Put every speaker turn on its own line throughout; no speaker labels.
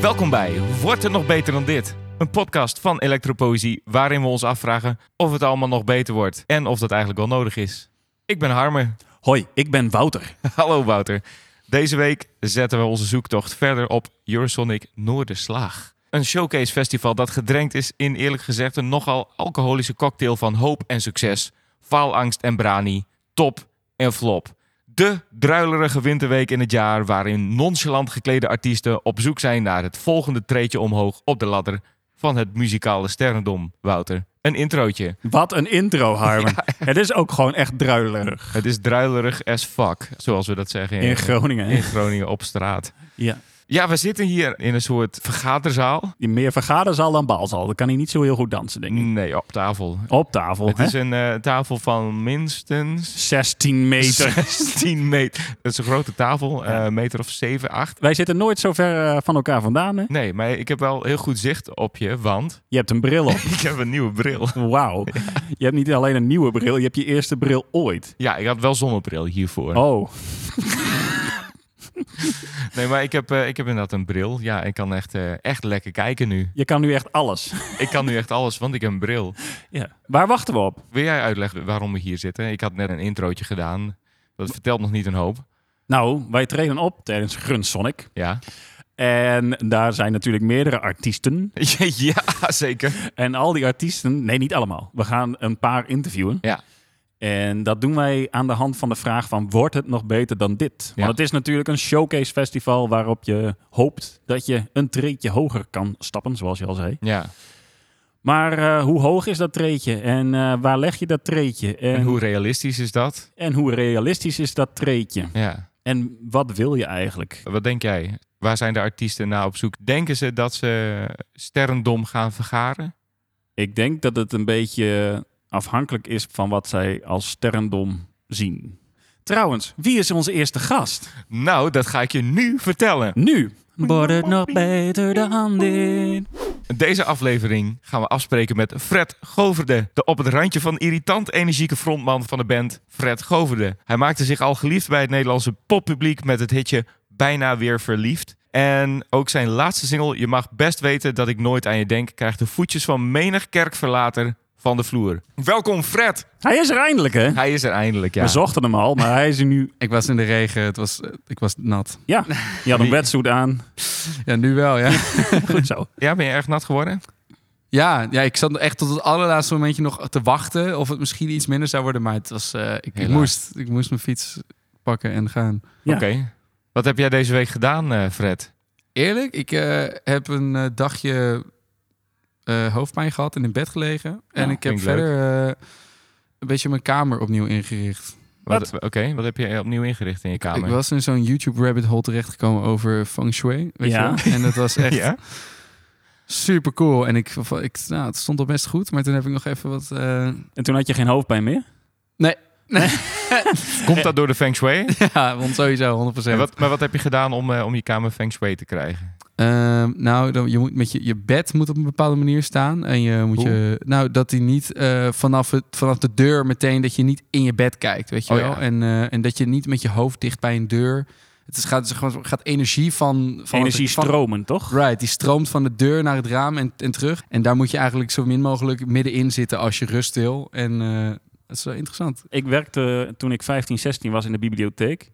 Welkom bij Wordt het nog beter dan dit? Een podcast van Elektropoëzie waarin we ons afvragen of het allemaal nog beter wordt en of dat eigenlijk wel nodig is. Ik ben Harmer.
Hoi, ik ben Wouter.
Hallo Wouter. Deze week zetten we onze zoektocht verder op Eurosonic Noorderslaag. Een showcase festival dat gedrenkt is in eerlijk gezegd een nogal alcoholische cocktail van hoop en succes, faalangst en brani, top en flop. De druilerige winterweek in het jaar waarin nonchalant geklede artiesten op zoek zijn naar het volgende treetje omhoog op de ladder van het muzikale sterrendom, Wouter. Een introotje.
Wat een intro, Harmen. Het is ook gewoon echt druilerig
Het is druilerig as fuck, zoals we dat zeggen in,
in Groningen. hè?
in Groningen op straat.
Ja.
Ja, we zitten hier in een soort vergaderzaal.
Die meer vergaderzaal dan baalzaal. Dan kan hij niet zo heel goed dansen, denk ik.
Nee, op tafel.
Op tafel,
Mm. Het
hè?
is een eh, tafel van minstens
16 meter.
16 meter. Dat is een grote tafel, eh,
Ja.
een meter of 7, 8.
Wij zitten nooit zo ver eh, van elkaar vandaan, hè?
Nee, maar ik heb wel heel goed zicht op je, want
Je hebt een bril op.
ik heb een nieuwe bril.
Wauw. Je hebt niet alleen een nieuwe bril, je hebt je eerste bril ooit.
Ja, ik had wel zonnebril hiervoor.
Oh,
Nee, maar ik heb, eh, ik heb inderdaad een bril. Ja, ik kan echt, eh, echt lekker kijken nu.
je kan nu echt alles.
Ik kan nu echt alles, want ik heb een bril.
Ja. Waar wachten we op?
Wil jij uitleggen waarom we hier zitten? Ik had net een introotje gedaan. Dat vertelt nog niet een hoop.
Nou, wij treden op tijdens Grunsonic.
Ja,
En daar zijn natuurlijk meerdere artiesten.
ja zeker.
En al die artiesten, nee, niet allemaal. We gaan een paar interviewen.
Ja.
En dat doen wij aan de hand van de vraag van, wordt het nog beter dan dit? Want
Ja.
het is natuurlijk een showcase festival waarop je hoopt dat je een treetje hoger kan stappen, zoals je al zei.
Ja.
Maar eh, hoe hoog is dat treetje en eh, waar leg je dat treetje? En,
En hoe realistisch is dat?
en hoe realistisch is dat treetje?
Ja.
En wat wil je eigenlijk?
Wat denk jij? Waar zijn de artiesten naar op zoek? Denken ze dat ze sterrendom gaan vergaren?
Ik denk dat het een beetje afhankelijk is van wat zij als sterrendom zien. Trouwens, wie is onze eerste gast?
Nou, dat ga ik je nu vertellen.
Nu wordt het nog beter dan dit.
Deze aflevering gaan we afspreken met Fred Goverde. De op het randje van irritant energieke frontman van de band Fred Goverde. Hij maakte zich al geliefd bij het Nederlandse poppubliek met het hitje Bijna Weer Verliefd. En ook zijn laatste single Je mag best weten dat ik nooit aan je denk... krijgt de voetjes van menig kerkverlater van de vloer. Welkom Fred!
Hij is er eindelijk, hè?
Hij is er eindelijk, ja.
We zochten hem al, maar hij is er nu.
Ik was in de regen, het was, eh, ik was nat.
Ja, je had een wetsuit aan.
Ja, nu wel, ja.
Goed zo.
Ja, ben je erg nat geworden?
ja, ja, ik zat echt tot het allerlaatste momentje nog te wachten of het misschien iets minder zou worden. Maar het was, eh, ik, ik,
Helaas.
moest, ik moest mijn fiets pakken en gaan.
Ja.
Oké. Wat heb jij deze week gedaan, eh, Fred?
Eerlijk, ik eh, heb een eh, dagje eh, hoofdpijn gehad en in bed gelegen. En ik heb
klinkt leuk.
verder eh, een beetje mijn kamer opnieuw ingericht.
Wat- Oké, wat heb je opnieuw ingericht in je kamer?
Ik was in zo'n YouTube rabbit hole terechtgekomen over feng shui. Weet
Ja.
je wel? En dat was echt
Ja?
super cool. En ik, ik, nou, het stond al best goed, maar toen heb ik nog even wat... eh,
En toen had je geen hoofdpijn meer?
Komt dat door de feng shui?
Ja, want sowieso 100%.
En wat, maar wat heb je gedaan om, eh, om je kamer feng shui te krijgen?
Ehm, nou, dan, je, moet met je, je bed moet op een bepaalde manier staan. En je moet je. Nou, dat die niet eh, vanaf, het, vanaf de deur meteen. dat je niet in je bed kijkt. Weet je
Oh,
wel?
ja.
En, eh, en dat je niet met je hoofd dicht bij een deur. Het is, gaat, het is gewoon- gaat energie van. van
Energie
van-
stromen, toch?
Right, die stroomt van de deur naar het raam en, en terug. En daar moet je eigenlijk zo min mogelijk middenin zitten als je rust wil. En eh, dat is wel interessant.
Ik werkte toen ik 15, 16 was in de bibliotheek.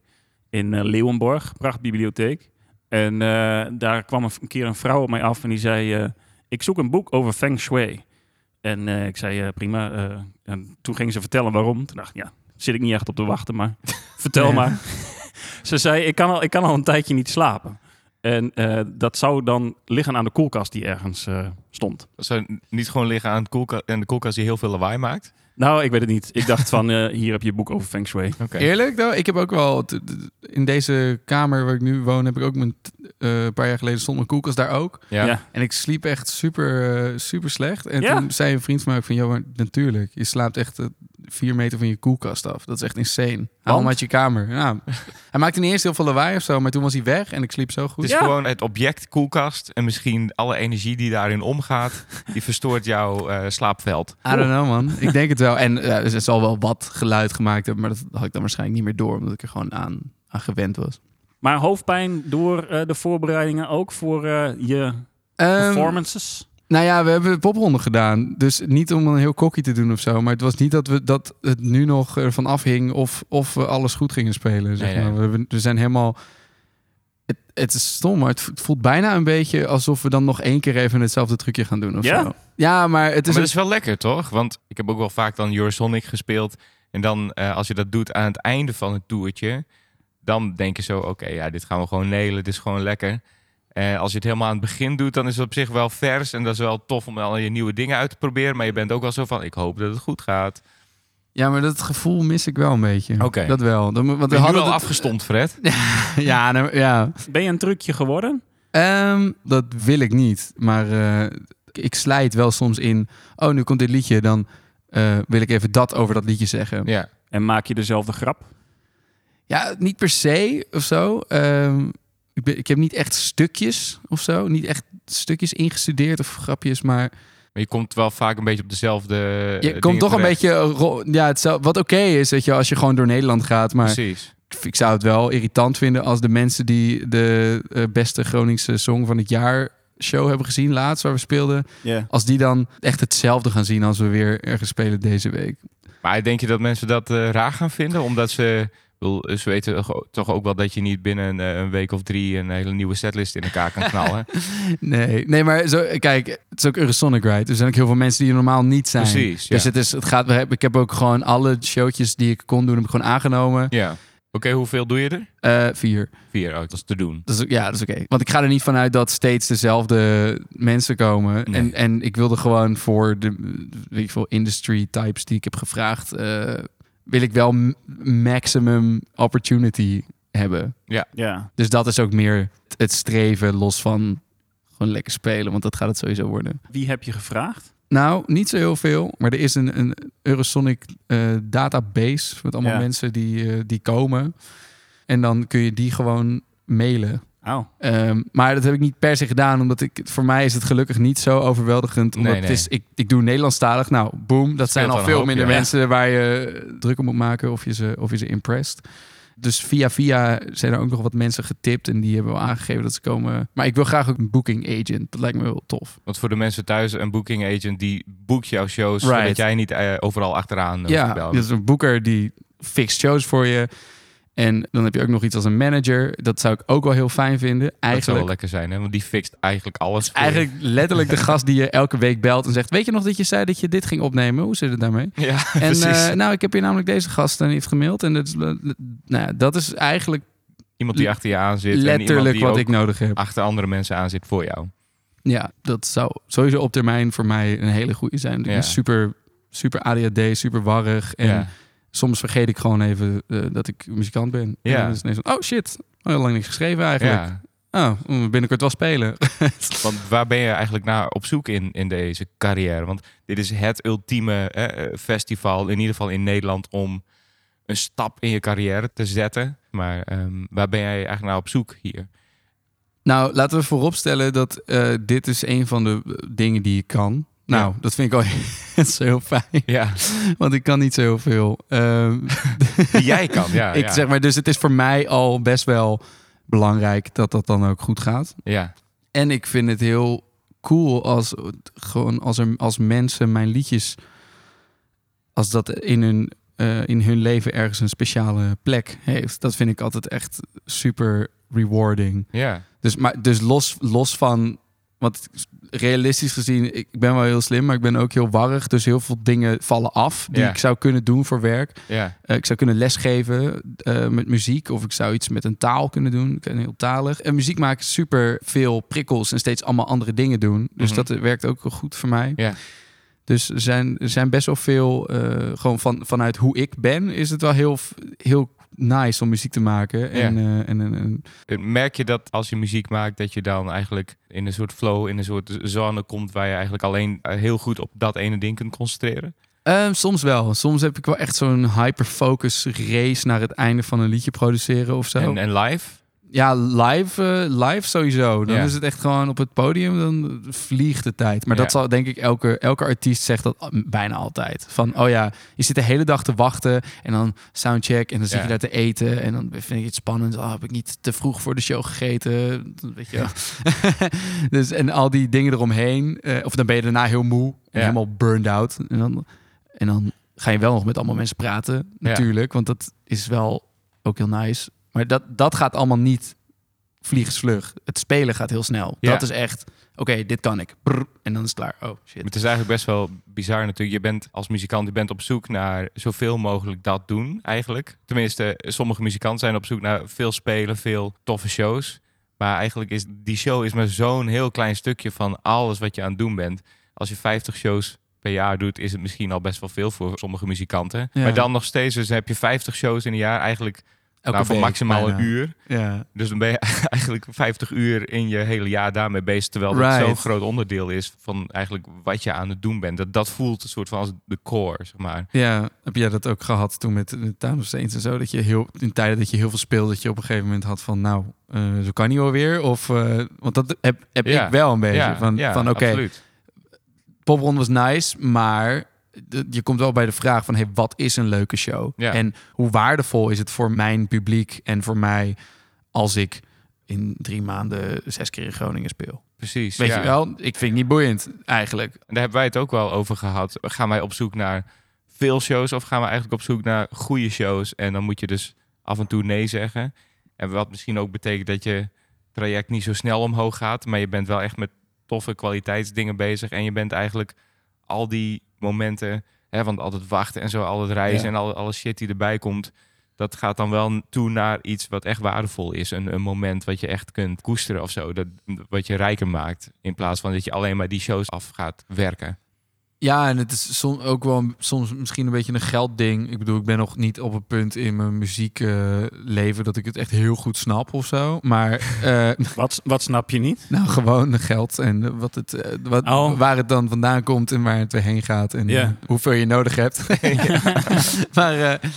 In eh, Leeuwenborg, prachtbibliotheek. En eh, daar kwam een keer een vrouw op mij af en die zei... eh, ik zoek een boek over Feng Shui. En eh, ik zei, eh, prima. eh, en toen ging ze vertellen waarom. Toen dacht ik, ja, zit ik niet echt op te wachten, maar vertel
Ja.
maar. ze zei, ik kan, al, ik kan al een tijdje niet slapen. En eh, dat zou dan liggen aan de koelkast die ergens eh, stond.
Zou je niet gewoon liggen aan, het koelka- aan de koelkast die heel veel lawaai maakt?
Nou, ik weet het niet. Ik dacht van, eh, hier heb je boek over Feng Shui.
Oké.
Eerlijk, nou, ik heb ook wel t- t- in deze kamer waar ik nu woon, heb ik ook mijn t- eh, een paar jaar geleden stond mijn koelkast daar ook.
Ja.
Ja.
En ik sliep echt super, eh, super slecht. En
Ja.
toen zei een vriend van mij ook van... joh, maar natuurlijk, je slaapt echt eh, vier meter van je koelkast af. Dat is echt insane. Haal
Want?
hem uit je kamer. Ja. hij maakte niet eerst heel veel lawaai of zo... maar toen was hij weg en ik sliep zo goed.
Het is
Ja.
gewoon het object koelkast en misschien alle energie die daarin omgaat, die verstoort jouw eh, slaapveld.
Dus, I don't know, man. Ik denk het wel. En ja, dus het zal wel wat geluid gemaakt hebben... maar dat had ik dan waarschijnlijk niet meer door... omdat ik er gewoon aan, aan gewend was.
Maar hoofdpijn door eh, de voorbereidingen ook voor eh, je
Ehm,
performances?
Nou ja, we hebben popronde gedaan. Dus niet om een heel kokkie te doen of zo. Maar het was niet dat, we, dat het nu nog ervan afhing of, of we alles goed gingen spelen. Zeg
Nee, nee.
maar. we, hebben- we zijn helemaal... Het, het is stom, maar het vo- het voelt bijna een beetje alsof we dan nog één keer even hetzelfde trucje gaan doen of
Ja?
zo. Ja, maar het is...
maar dat is wel lekker, toch? Want ik heb ook wel vaak dan Eurosonic gespeeld. En dan, eh, als je dat doet aan het einde van het toertje... dan denk je zo, oké, ja, dit gaan we gewoon nelen. Dit is gewoon lekker. Eh, als je het helemaal aan het begin doet, dan is het op zich wel vers. En dat is wel tof om al je nieuwe dingen uit te proberen. Maar je bent ook wel zo van, ik hoop dat het goed gaat.
Ja, maar dat gevoel mis ik wel een beetje.
Oké.
Dat wel. Dat, mo- want
Want
we
je nu
hadden
al
het-
afgestomd, Fred.
Ja, nou, ja.
Ben je een trucje geworden?
Ehm, dat wil ik niet. Maar eh, ik slijt wel soms in... Oh, nu komt dit liedje. Dan eh, wil ik even dat over dat liedje zeggen.
Ja.
En maak je dezelfde grap?
Ja, niet per se of zo. Ehm, ik, ben- ik heb niet echt stukjes of zo. Niet echt stukjes ingestudeerd of grapjes. Maar
Maar je komt wel vaak een beetje op dezelfde eh,
je
dingen
komt toch een
terecht.
beetje... ro- Ja, hetzelfde, wat oké is, weet je, als je gewoon door Nederland gaat. Maar
Precies.
ik zou het wel irritant vinden als de mensen die de eh, beste Groningse Song van het Jaar show hebben gezien laatst, waar we speelden. Als die dan echt hetzelfde gaan zien als we weer ergens spelen deze week.
Maar denk je dat mensen dat eh, raar gaan vinden? Omdat ze... ik bedoel, Ze weten toch- toch ook wel dat je niet binnen eh, een week of drie een hele nieuwe setlist in elkaar kan knallen.
Nee, nee maar zo, kijk, het is ook Eurosonic Ride. dus Er zijn ook heel veel mensen die er normaal niet zijn.
Precies, ja.
Dus het is, het gaat, we hebben- ik heb ook gewoon alle showtjes die ik kon doen, heb ik gewoon aangenomen.
Ja. Oké, hoeveel doe je er?
Eh, vier.
Vier, oh, dat is te doen.
Dat is, Dus, ja, dat is oké. Want ik ga er niet vanuit dat steeds dezelfde mensen komen.
Nee.
En, en ik wilde gewoon voor de weet ik veel, industry types die ik heb gevraagd, eh, wil ik wel m- maximum opportunity hebben.
Ja.
Dus dat is ook meer t- het streven los van gewoon lekker spelen, want dat gaat het sowieso worden.
Wie heb je gevraagd?
Nou, niet zo heel veel. Maar er is een, een Eurosonic eh, database met allemaal
Ja.
mensen die, eh, die komen. En dan kun je die gewoon mailen.
Oh,
Ehm, maar dat heb ik niet per se gedaan, omdat ik, voor mij is het gelukkig niet zo overweldigend. Omdat
Nee, nee.
Het is, ik, ik doe Nederlandstalig. Nou, boom, dat zijn
Scheelt
al
een
veel
hoop,
minder
ja.
mensen waar je druk om moet maken of je ze, of je ze impressed. Dus via via zijn er ook nog wat mensen getipt en die hebben wel aangegeven dat ze komen. Maar ik wil graag ook een booking agent. Dat lijkt me wel tof.
Want voor de mensen thuis, een booking agent die boekt jouw shows,
Right.
zodat jij niet eh, overal achteraan eh,
Ja, dus
hoeft te
dat
bellen.
is een boeker die fixt shows voor je. En dan heb je ook nog iets als een manager. Dat zou ik ook wel heel fijn vinden.
dat zou wel
Eigenlijk, Dus
lekker zijn, hè? want die fixt eigenlijk alles. voor je.
eigenlijk letterlijk de gast die je elke week belt en zegt... Weet je nog dat je zei dat je dit ging opnemen? Hoe zit het daarmee?
Ja,
En
precies.
eh, nou, ik heb hier namelijk deze gast en die heeft gemaild. En dat, is- nou, ja, dat is eigenlijk
iemand die achter je aan zit. en iemand
letterlijk
die
wat
ook
ik nodig heb.
achter andere mensen aan zit voor jou.
Ja, dat zou sowieso op termijn voor mij een hele goede zijn. Ik ben
Ja.
super, super ADHD, super warrig. En
Ja.
soms vergeet ik gewoon even eh, dat ik muzikant ben.
Ja.
En dan is het ineens van, oh shit, al heel lang niks geschreven eigenlijk.
ja,
Oh, mm, binnenkort wel spelen.
want waar ben je eigenlijk naar op zoek in, in deze carrière? Want dit is het ultieme eh, eh, festival, in ieder geval in Nederland, om een stap in je carrière te zetten. Maar ehm, waar ben jij eigenlijk naar op zoek hier?
nou, laten we vooropstellen dat eh, dit is een van de eh, dingen die ik kan. Nou, dat vind ik al dat is heel fijn,
Ja,
want ik kan niet zo heel veel. Ehm,
die jij kan. Ja,
ik
ja.
zeg maar, dus het is voor mij al best wel belangrijk dat dat dan ook goed gaat.
ja.
En ik vind het heel cool als, gewoon als, er, als mensen mijn liedjes... als dat in hun, eh, in hun leven ergens een speciale plek heeft. Dat vind ik altijd echt super rewarding.
ja.
Dus, maar, dus los, los van... Want realistisch gezien, ik ben wel heel slim... maar ik ben ook heel warrig. Dus heel veel dingen vallen af die
Ja.
ik zou kunnen doen voor werk.
Ja,
Eh, ik zou kunnen lesgeven eh, met muziek. Of ik zou iets met een taal kunnen doen. Ik ben heel talig. En muziek maakt super veel prikkels en steeds allemaal andere dingen doen. Dus
Mhm.
dat werkt ook wel goed voor mij.
Ja.
Dus er zijn, er zijn best wel veel, eh, gewoon van, vanuit hoe ik ben, is het wel heel, f- heel nice om muziek te maken. En, eh, en, en, en-
Merk je dat als je muziek maakt, dat je dan eigenlijk in een soort flow, in een soort zone komt waar je eigenlijk alleen eh, heel goed op dat ene ding kunt concentreren?
Ehm, soms wel. Soms heb ik wel echt zo'n hyperfocus race naar het einde van een liedje produceren of zo.
En, en live?
Ja, live, eh, live sowieso. Dan
Ja.
is het echt gewoon op het podium, dan vliegt de tijd. Maar
Ja.
dat zal denk ik elke, elke artiest zegt dat al- bijna altijd. Van, oh ja, je zit de hele dag te wachten en dan soundcheck en dan zit
Ja.
je daar te eten. En dan vind ik het spannend. Oh, heb ik niet te vroeg voor de show gegeten? Weet je wel. dus, en al die dingen eromheen. eh, of dan ben je daarna heel moe
Ja.
en helemaal burned out. En dan, en dan ga je wel nog met allemaal mensen praten,
Ja.
natuurlijk. Want dat is wel ook heel nice. Maar dat, dat gaat allemaal niet vliegensvlug. Het spelen gaat heel snel.
Ja.
Dat is echt, oké, dit kan ik. Brr, en dan is het klaar. Oh, shit.
Het is eigenlijk best wel bizar natuurlijk. Je bent als muzikant, je bent op zoek naar zoveel mogelijk dat doen eigenlijk. Tenminste, sommige muzikanten zijn op zoek naar veel spelen, veel toffe shows. Maar eigenlijk is die show is maar zo'n heel klein stukje van alles wat je aan het doen bent. Als je 50 shows per jaar doet, is het misschien al best wel veel voor sommige muzikanten.
Ja.
Maar dan nog steeds, dus heb je 50 shows in een jaar eigenlijk
Elke
nou, voor
week
maximaal
bijna.
een uur.
Ja.
Dus dan ben je eigenlijk 50 uur in je hele jaar daarmee bezig. Terwijl dat
Right.
zo'n groot onderdeel is van eigenlijk wat je aan het doen bent. Dat, dat voelt een soort van als de core, zeg maar.
ja, heb jij dat ook gehad toen met de Town of Saints en zo? Dat je heel, in tijden dat je heel veel speelde, dat je op een gegeven moment had van, nou, eh, zo kan niet alweer. Of, eh, want dat heb, heb
Ja.
ik wel een beetje. van, van oké,
absoluut.
Popron was nice, maar d- je komt wel bij de vraag van hey, wat is een leuke show?
Ja.
En hoe waardevol is het voor mijn publiek en voor mij als ik in drie maanden zes keer in Groningen speel?
Precies.
Weet
ja.
je wel, ik vind het niet boeiend eigenlijk.
En daar hebben wij het ook wel over gehad. Gaan wij op zoek naar veel shows of gaan we eigenlijk op zoek naar goede shows? En dan moet je dus af en toe nee zeggen. En wat misschien ook betekent dat je traject niet zo snel omhoog gaat, maar je bent wel echt met toffe kwaliteitsdingen bezig. En je bent eigenlijk al die momenten, hè, want altijd wachten en zo, al het reizen
Ja.
en alle, alle shit die erbij komt. Dat gaat dan wel toe naar iets wat echt waardevol is. Een, een moment wat je echt kunt koesteren of zo. Dat, wat je rijker maakt. In plaats van dat je alleen maar die shows af gaat werken.
Ja, en het is soms ook wel een- soms misschien een beetje een geldding. Ik bedoel, ik ben nog niet op een punt in mijn muziekleven dat ik het echt heel goed snap of zo. Maar eh,
Wat, wat snap je niet?
Nou, gewoon de geld en eh, wat het, eh, wat,
Oh.
waar het dan vandaan komt en waar het weer heen gaat en
Ja.
eh, hoeveel je nodig hebt. Ja. maar eh,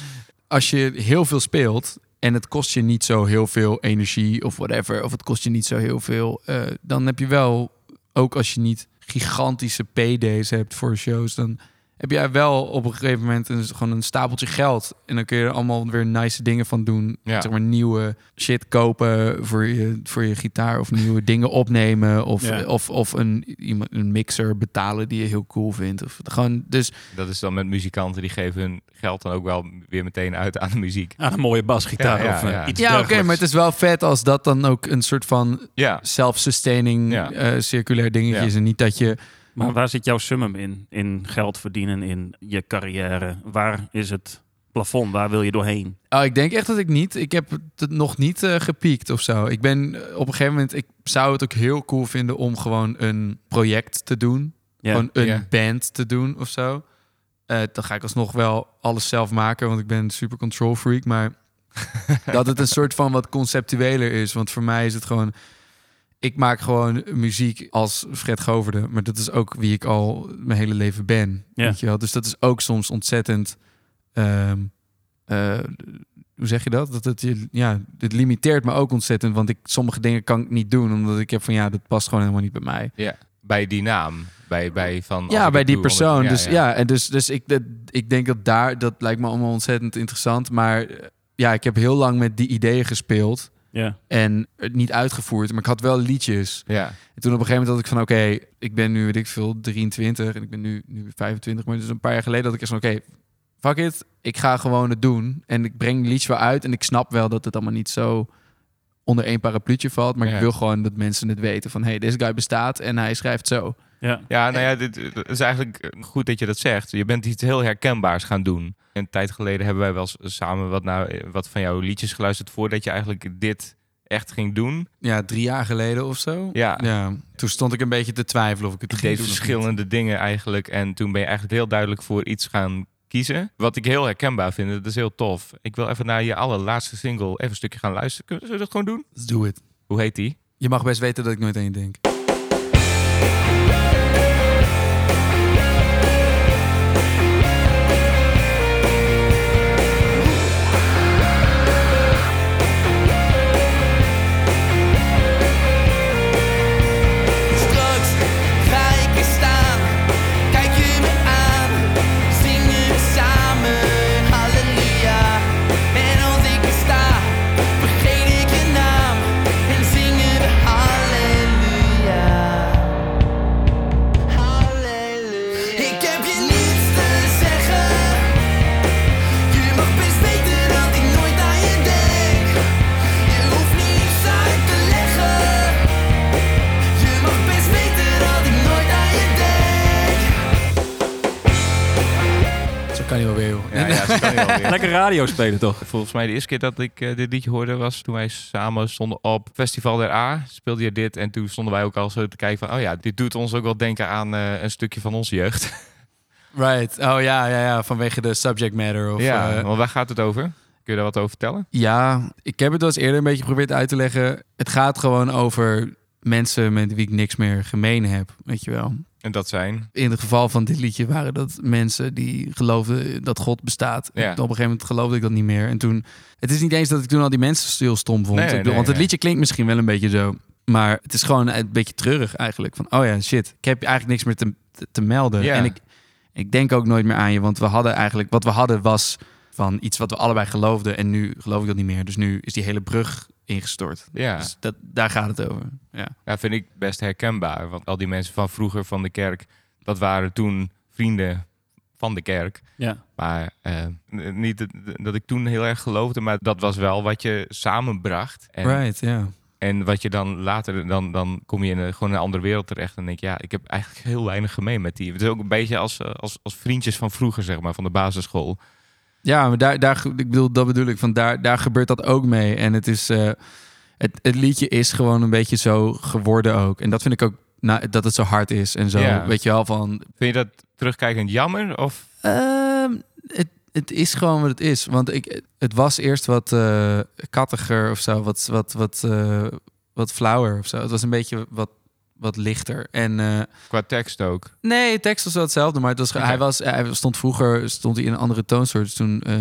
als je heel veel speelt en het kost je niet zo heel veel energie of whatever, of het kost je niet zo heel veel, eh, dan heb je wel, ook als je niet gigantische paydays hebt voor shows, dan heb jij wel op een gegeven moment een, gewoon een stapeltje geld. En dan kun je er allemaal weer nice dingen van doen.
Ja.
Zeg maar nieuwe shit kopen voor je, voor je gitaar. Of nieuwe dingen opnemen. Of,
Ja.
of, of een, iemand, een mixer betalen die je heel cool vindt. Of gewoon, dus
Dat is dan met muzikanten. Die geven hun geld dan ook wel weer meteen uit aan de muziek.
Aan een mooie basgitaar
Ja, ja,
of eh,
ja.
iets
ja, oké,
dergelijks.
maar het is wel vet als dat dan ook een soort van
Ja.
self-sustaining
Ja.
eh, circulair dingetje
Ja.
is. En niet dat je.
Maar waar zit jouw summum in? In geld verdienen, in je carrière? Waar is het plafond? Waar wil je doorheen?
Oh, ik denk echt dat ik niet. Ik heb het nog niet eh, gepiekt of zo. Ik ben eh, op een gegeven moment. Ik zou het ook heel cool vinden om gewoon een project te doen.
Ja.
Gewoon een
Ja.
band te doen of zo. Eh, dan ga ik alsnog wel alles zelf maken, want ik ben een super control freak. Maar dat het een soort van wat conceptueler is. Want voor mij is het gewoon. Ik maak gewoon muziek als Fred Goverde. Maar dat is ook wie ik al mijn hele leven ben.
Ja.
Weet je wel? Dus dat is ook soms ontzettend. ehm, eh, hoe zeg je dat? Dat het je, ja, dit limiteert me ook ontzettend. Want ik, sommige dingen kan ik niet doen, omdat ik heb van ja, dat past gewoon helemaal niet bij mij.
Bij die naam. Bij, bij van, als
Ja,
ik
bij
het
die
doe, omdat-
persoon. dus ja, en dus, dus ik, dat- ik denk dat daar, dat lijkt me allemaal ontzettend interessant. Maar eh, ja, ik heb heel lang met die ideeën gespeeld
Ja.
en het niet uitgevoerd. Maar ik had wel liedjes.
Ja.
En toen op een gegeven moment had ik van, oké, ik ben nu, weet ik veel, 23 en ik ben nu, nu 25. Maar dus een paar jaar geleden had ik echt van, oké, fuck it. Ik ga gewoon het doen. En ik breng liedjes wel uit. En ik snap wel dat het allemaal niet zo onder één parapluutje valt. Maar
Ja.
ik wil gewoon dat mensen het weten van, hey, deze guy bestaat en hij schrijft zo.
ja.
Ja, nou ja, dit dit is eigenlijk goed dat je dat zegt. Je bent iets heel herkenbaars gaan doen. Een tijd geleden hebben wij wel eens samen wat, naar, wat van jouw liedjes geluisterd... voordat je eigenlijk dit echt ging doen.
Ja, drie jaar geleden of zo.
Ja,
Ja, toen stond ik een beetje te twijfelen of ik het
Ik
ging
deed
doen of
verschillende dingen eigenlijk. En toen ben je eigenlijk heel duidelijk voor iets gaan kiezen. Wat ik heel herkenbaar vind. Dat is heel tof. Ik wil even naar je allerlaatste single even een stukje gaan luisteren. Kunnen- Zullen we dat gewoon doen?
niet. Let's do it.
Hoe heet die?
Je mag best weten dat ik nooit aan je denk. Zo kan je wel weer, joh.
Ja, ja, zo kan je wel weer.
Lekker radio spelen toch?
Volgens mij de eerste keer dat ik eh, dit liedje hoorde was toen wij samen stonden op Festival der A. Speelde je dit en toen stonden wij ook al zo te kijken van, oh ja, dit doet ons ook wel denken aan eh, een stukje van onze jeugd.
Right. Oh ja, ja, ja, vanwege de subject matter. Of,
ja,
eh,
want waar gaat het over? Kun je daar wat over vertellen?
Ja, ik heb het al eens eerder een beetje geprobeerd uit te leggen. Het gaat gewoon over mensen met wie ik niks meer gemeen heb, weet je wel.
En dat zijn.
In het geval van dit liedje waren dat mensen die geloofden dat God bestaat.
Ja.
En Op een gegeven moment geloofde ik dat niet meer. En toen, het is niet eens dat ik toen al die mensen heel stom vond.
Nee,
Ik bedoel,
nee,
want het
nee.
liedje klinkt misschien wel een beetje zo. Maar het is gewoon een beetje treurig eigenlijk. Van, oh ja, shit, ik heb eigenlijk niks meer te, te, te melden.
Ja.
En ik, ik denk ook nooit meer aan je, want we hadden eigenlijk, wat we hadden was van iets wat we allebei geloofden. En nu geloof ik dat niet meer. Dus nu is die hele brug ingestort.
Ja.
Dus dat, daar gaat het over. Ja.
ja, vind ik best herkenbaar. Want al die mensen van vroeger van de kerk, dat waren toen vrienden van de kerk.
Ja.
Maar eh, n- niet dat, dat ik toen heel erg geloofde, maar dat was wel wat je samenbracht. En,
Right, ja.
en wat je dan later, dan, dan kom je in een, gewoon in een andere wereld terecht. En denk je, ja, ik heb eigenlijk heel weinig gemeen met die. Het is ook een beetje als, eh, als, als vriendjes van vroeger, zeg maar, van de basisschool.
Ja, maar daar, daar, ik bedoel, dat bedoel ik. Van daar, daar gebeurt dat ook mee. En het, is, eh, het, het liedje is gewoon een beetje zo geworden ook. En dat vind ik ook, nou, dat het zo hard is en zo.
Ja.
Weet je wel, van
Vind je dat terugkijkend jammer? Of
Ehm, het, het is gewoon wat het is. Want ik, het was eerst wat eh, kattiger of zo. Wat, wat, wat, eh, wat flauwer of zo. Het was een beetje wat, wat lichter. En eh,
qua tekst ook?
nee, de tekst was wel hetzelfde. Maar het was, ge-
Oké.
hij, was, hij stond vroeger stond hij in een andere toonsoort. Dus toen, eh,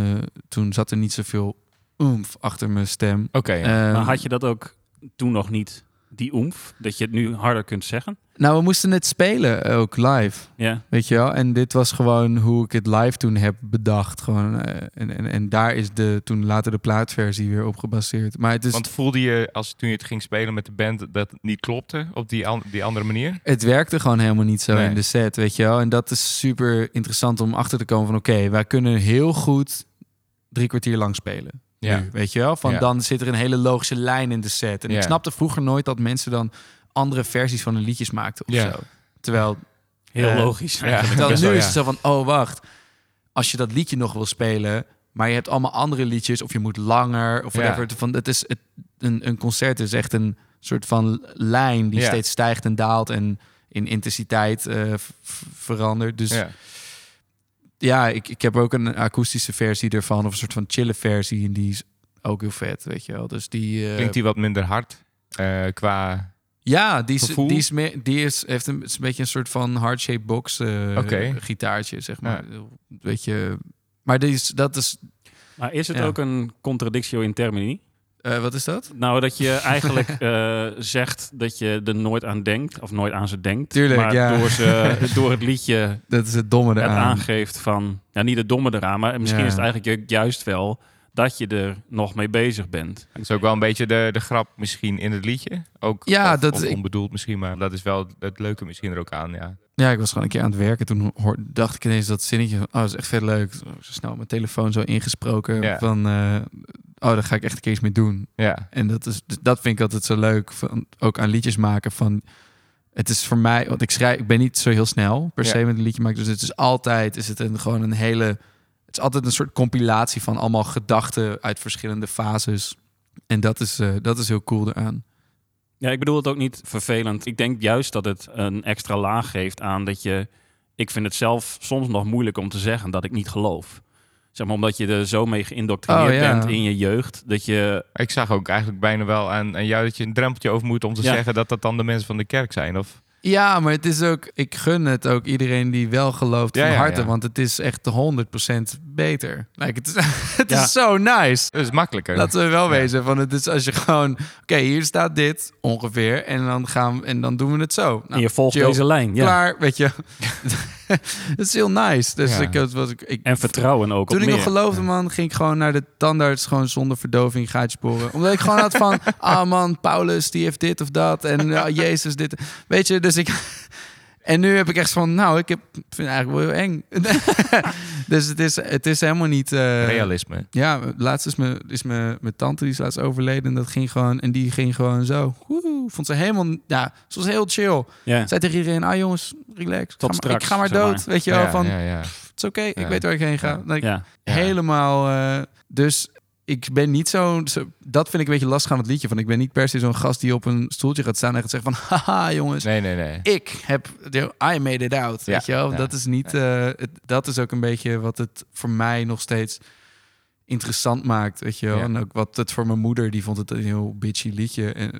toen zat er niet zoveel oemf achter mijn stem.
Oké,
Ehm,
Maar had je dat ook toen nog niet, die oemf, dat je het nu harder kunt zeggen?
Nou, we moesten het spelen ook live.
Ja.
Weet je wel? En dit was gewoon hoe ik het live toen heb bedacht. Gewoon, eh, en, en, en daar is de, toen later de plaatversie weer op gebaseerd. Maar het, is,
want voelde je als toen je het ging spelen met de band dat het niet klopte op die, an- die andere manier?
het werkte gewoon helemaal niet zo
Nee.
in de set, weet je wel? En dat is super interessant om achter te komen van... oké, wij kunnen heel goed drie kwartier lang spelen. nu, weet je wel? Van
Ja.
dan zit er een hele logische lijn in de set. En
Ja.
ik snapte vroeger nooit dat mensen dan andere versies van hun liedjes maakten of
Ja.
zo. Terwijl
Heel
Eh,
logisch.
ja.
eigenlijk.
Terwijl
Best
nu
wel,
is
ja.
het zo van, oh wacht, als je dat liedje nog wil spelen, maar je hebt allemaal andere liedjes, of je moet langer, of
Ja.
whatever. Van, het is het, een, een concert is echt een soort van lijn die
Ja.
steeds stijgt en daalt en in intensiteit eh, v- v- verandert. Dus ja,
Ja.
ik, ik heb ook een akoestische versie ervan, of een soort van chille versie, en die is ook heel vet, weet je wel. Dus die, eh,
Klinkt die wat minder hard eh, qua...
ja, die, is,
gevoel?
die, is meer, die is, heeft een, is een beetje een soort van hard-shaped box eh,
Oké.
gitaartje, zeg maar. Weet je, maar die is, dat is,
Maar is het
Ja.
ook een contradictio in termini?
eh, wat is dat?
Nou, dat je eigenlijk eh, zegt dat je er nooit aan denkt, of nooit aan ze denkt.
Tuurlijk,
maar
ja.
door, ze, door het liedje
Dat is het domme
het
eraan.
aangeeft van, ja, niet het domme eraan, maar misschien
Ja.
is het eigenlijk ju- juist wel dat je er nog mee bezig bent.
Dat is ook wel een beetje de, de grap misschien in het liedje. Ook,
Ja,
of-
dat
of
is- ik-
onbedoeld misschien, maar dat is wel het leuke misschien er ook aan, ja.
Ja, ik was gewoon een keer aan het werken. Toen hoor- dacht ik ineens dat zinnetje van, oh, dat is echt vet leuk. Zo snel op mijn telefoon zo ingesproken
Ja.
van, eh, oh, daar ga ik echt een keer iets mee doen.
Ja,
En dat, is, dat vind ik altijd zo leuk, van, ook aan liedjes maken. Van, het is voor mij, want ik schrijf, ik ben niet zo heel snel per
Ja.
se met een liedje maken. Dus het is altijd, is het een, gewoon een hele, het is altijd een soort compilatie van allemaal gedachten uit verschillende fases. En dat is, eh, dat is heel cool eraan.
Ja, ik bedoel het ook niet vervelend. Ik denk juist dat het een extra laag geeft aan dat je... Ik vind het zelf soms nog moeilijk om te zeggen dat ik niet geloof. Zeg maar omdat je er zo mee geïndoctrineerd
Oh, ja.
bent in je jeugd, dat je...
ik zag ook eigenlijk bijna wel aan, aan jou dat je een drempeltje over moet om te
Ja.
zeggen dat dat dan de mensen van de kerk zijn. Of,
Ja, maar het is ook, ik gun het ook iedereen die wel gelooft
Ja,
van
ja,
harte,
ja.
want het is echt 100% beter. Like, het is, het
Ja.
is zo nice.
dat is makkelijker.
Laten we wel
Ja.
wezen. Van het is als je gewoon. Oké, hier staat dit ongeveer. En dan gaan we, en dan doen we het zo.
en
Nou,
je volgt
chill.
deze lijn. Ja.
Klaar, weet je. dat is heel nice. Dus
Ja.
ik, dat was, ik, ik-
En vertrouwen ook
toen
op
ik nog
meer.
geloofde, man, ging ik gewoon naar de tandarts. Gewoon zonder verdoving gaatje boren. Omdat ik gewoon had van. Ah, man, Paulus, die heeft dit of dat. En ah, Jezus, dit. Weet je, dus ik. En nu heb ik echt van, nou, ik heb, vind het eigenlijk wel heel eng. dus het is, het is helemaal niet... eh,
Realisme.
ja, laatst is mijn, is mijn, mijn tante die is laatst overleden. En dat ging gewoon. En die ging gewoon zo. Woehoe. woe, vond ze helemaal, ja, ze was heel chill.
Ja.
Zei tegen iedereen, ah jongens, relax, ga maar-
straks,
ik ga maar
zeg maar.
dood, weet je wel,
ja,
van,
ja, ja.
het is oké,
Ja.
ik weet waar ik heen ga.
Ja.
Dan ik
ja.
Ja.
Helemaal, eh, dus ik ben niet zo, zo- dat vind ik een beetje lastig aan het liedje, van ik ben niet per se zo'n gast die op een stoeltje gaat staan en gaat zeggen van, haha jongens,
Nee, nee, nee.
ik heb, I made it out.
Ja,
Weet je wel?
ja.
Dat is niet, eh, het- dat is ook een beetje wat het voor mij nog steeds interessant maakt, weet je wel?
Ja.
En ook wat het voor mijn moeder, die vond het een heel bitchy liedje. En,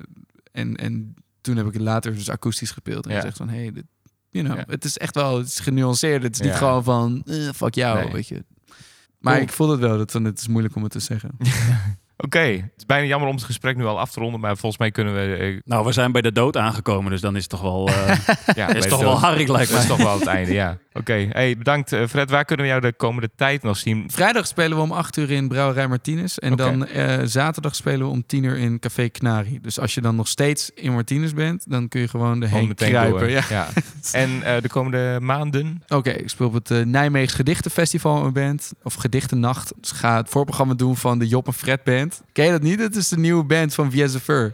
en, en toen heb ik het later dus akoestisch gespeeld. En
Ja.
ik zeg van, hey, dit, you know,
Ja.
het is echt wel, het is genuanceerd. Het is niet
Ja.
gewoon van, eh, fuck jou,
Nee.
weet je. Maar
Cool.
ik voel het wel, dat van, het is moeilijk om het te zeggen.
Oké, het is bijna jammer om het gesprek nu al af te ronden, maar volgens mij kunnen we... eh,
Nou, we zijn bij de dood aangekomen, dus dan is het toch wel, eh,
ja,
is
bij
het toch
de-
wel harrig, lijkt
Dat is
mij.
toch wel het einde, ja. Oké, hey, bedankt eh, Fred. Waar kunnen we jou de komende tijd nog zien?
Vrijdag spelen we om 8 uur in Brouwerij Martinez. En
Oké.
dan eh, zaterdag spelen we om 10 uur in Café Knari. Dus als je dan nog steeds in Martinez bent, dan kun je gewoon
Gewoon
erheen
meteen door.
kruipen. Ja.
Ja. En eh, de komende maanden?
Oké, ik speel op het eh, Nijmeegs Gedichtenfestival een band. Of Gedichtennacht. Dus ik ga het voorprogramma doen van de Job en Fred Band. Ken je dat niet? Het is de nieuwe band van Via Ver.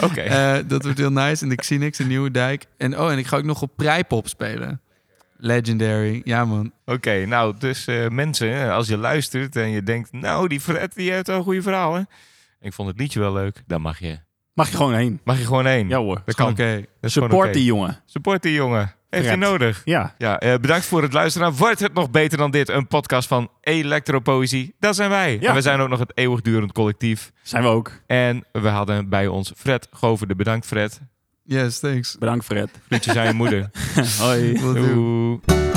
Oké.
Eh, dat wordt heel nice. En de Xenix, de Nieuwe Dijk. En oh, en ik ga ook nog op Prijpop spelen. Legendary. Ja man.
Oké, nou, dus eh, mensen, eh, als je luistert en je denkt, nou, die Fred, die heeft wel een goede verhalen. Ik vond het liedje wel leuk. Dan mag je,
Mag je gewoon heen.
mag je gewoon heen.
Ja hoor.
dat kan.
Oké.
Dat is gewoon
Support
oké.
die jongen.
Support die jongen. Heeft je
Fred.
nodig.
Ja.
Ja, eh, bedankt voor het luisteren. Wordt het nog beter dan dit? Een podcast van Electropoëzie. Dat zijn wij.
Ja.
En we zijn ook nog het eeuwigdurend collectief.
Zijn we ook.
En we hadden bij ons Fred Goverde. Bedankt, Fred.
Yes, thanks.
Bedankt, Fred.
Groetjes aan je moeder.
Hoi.
Will do.
Doei.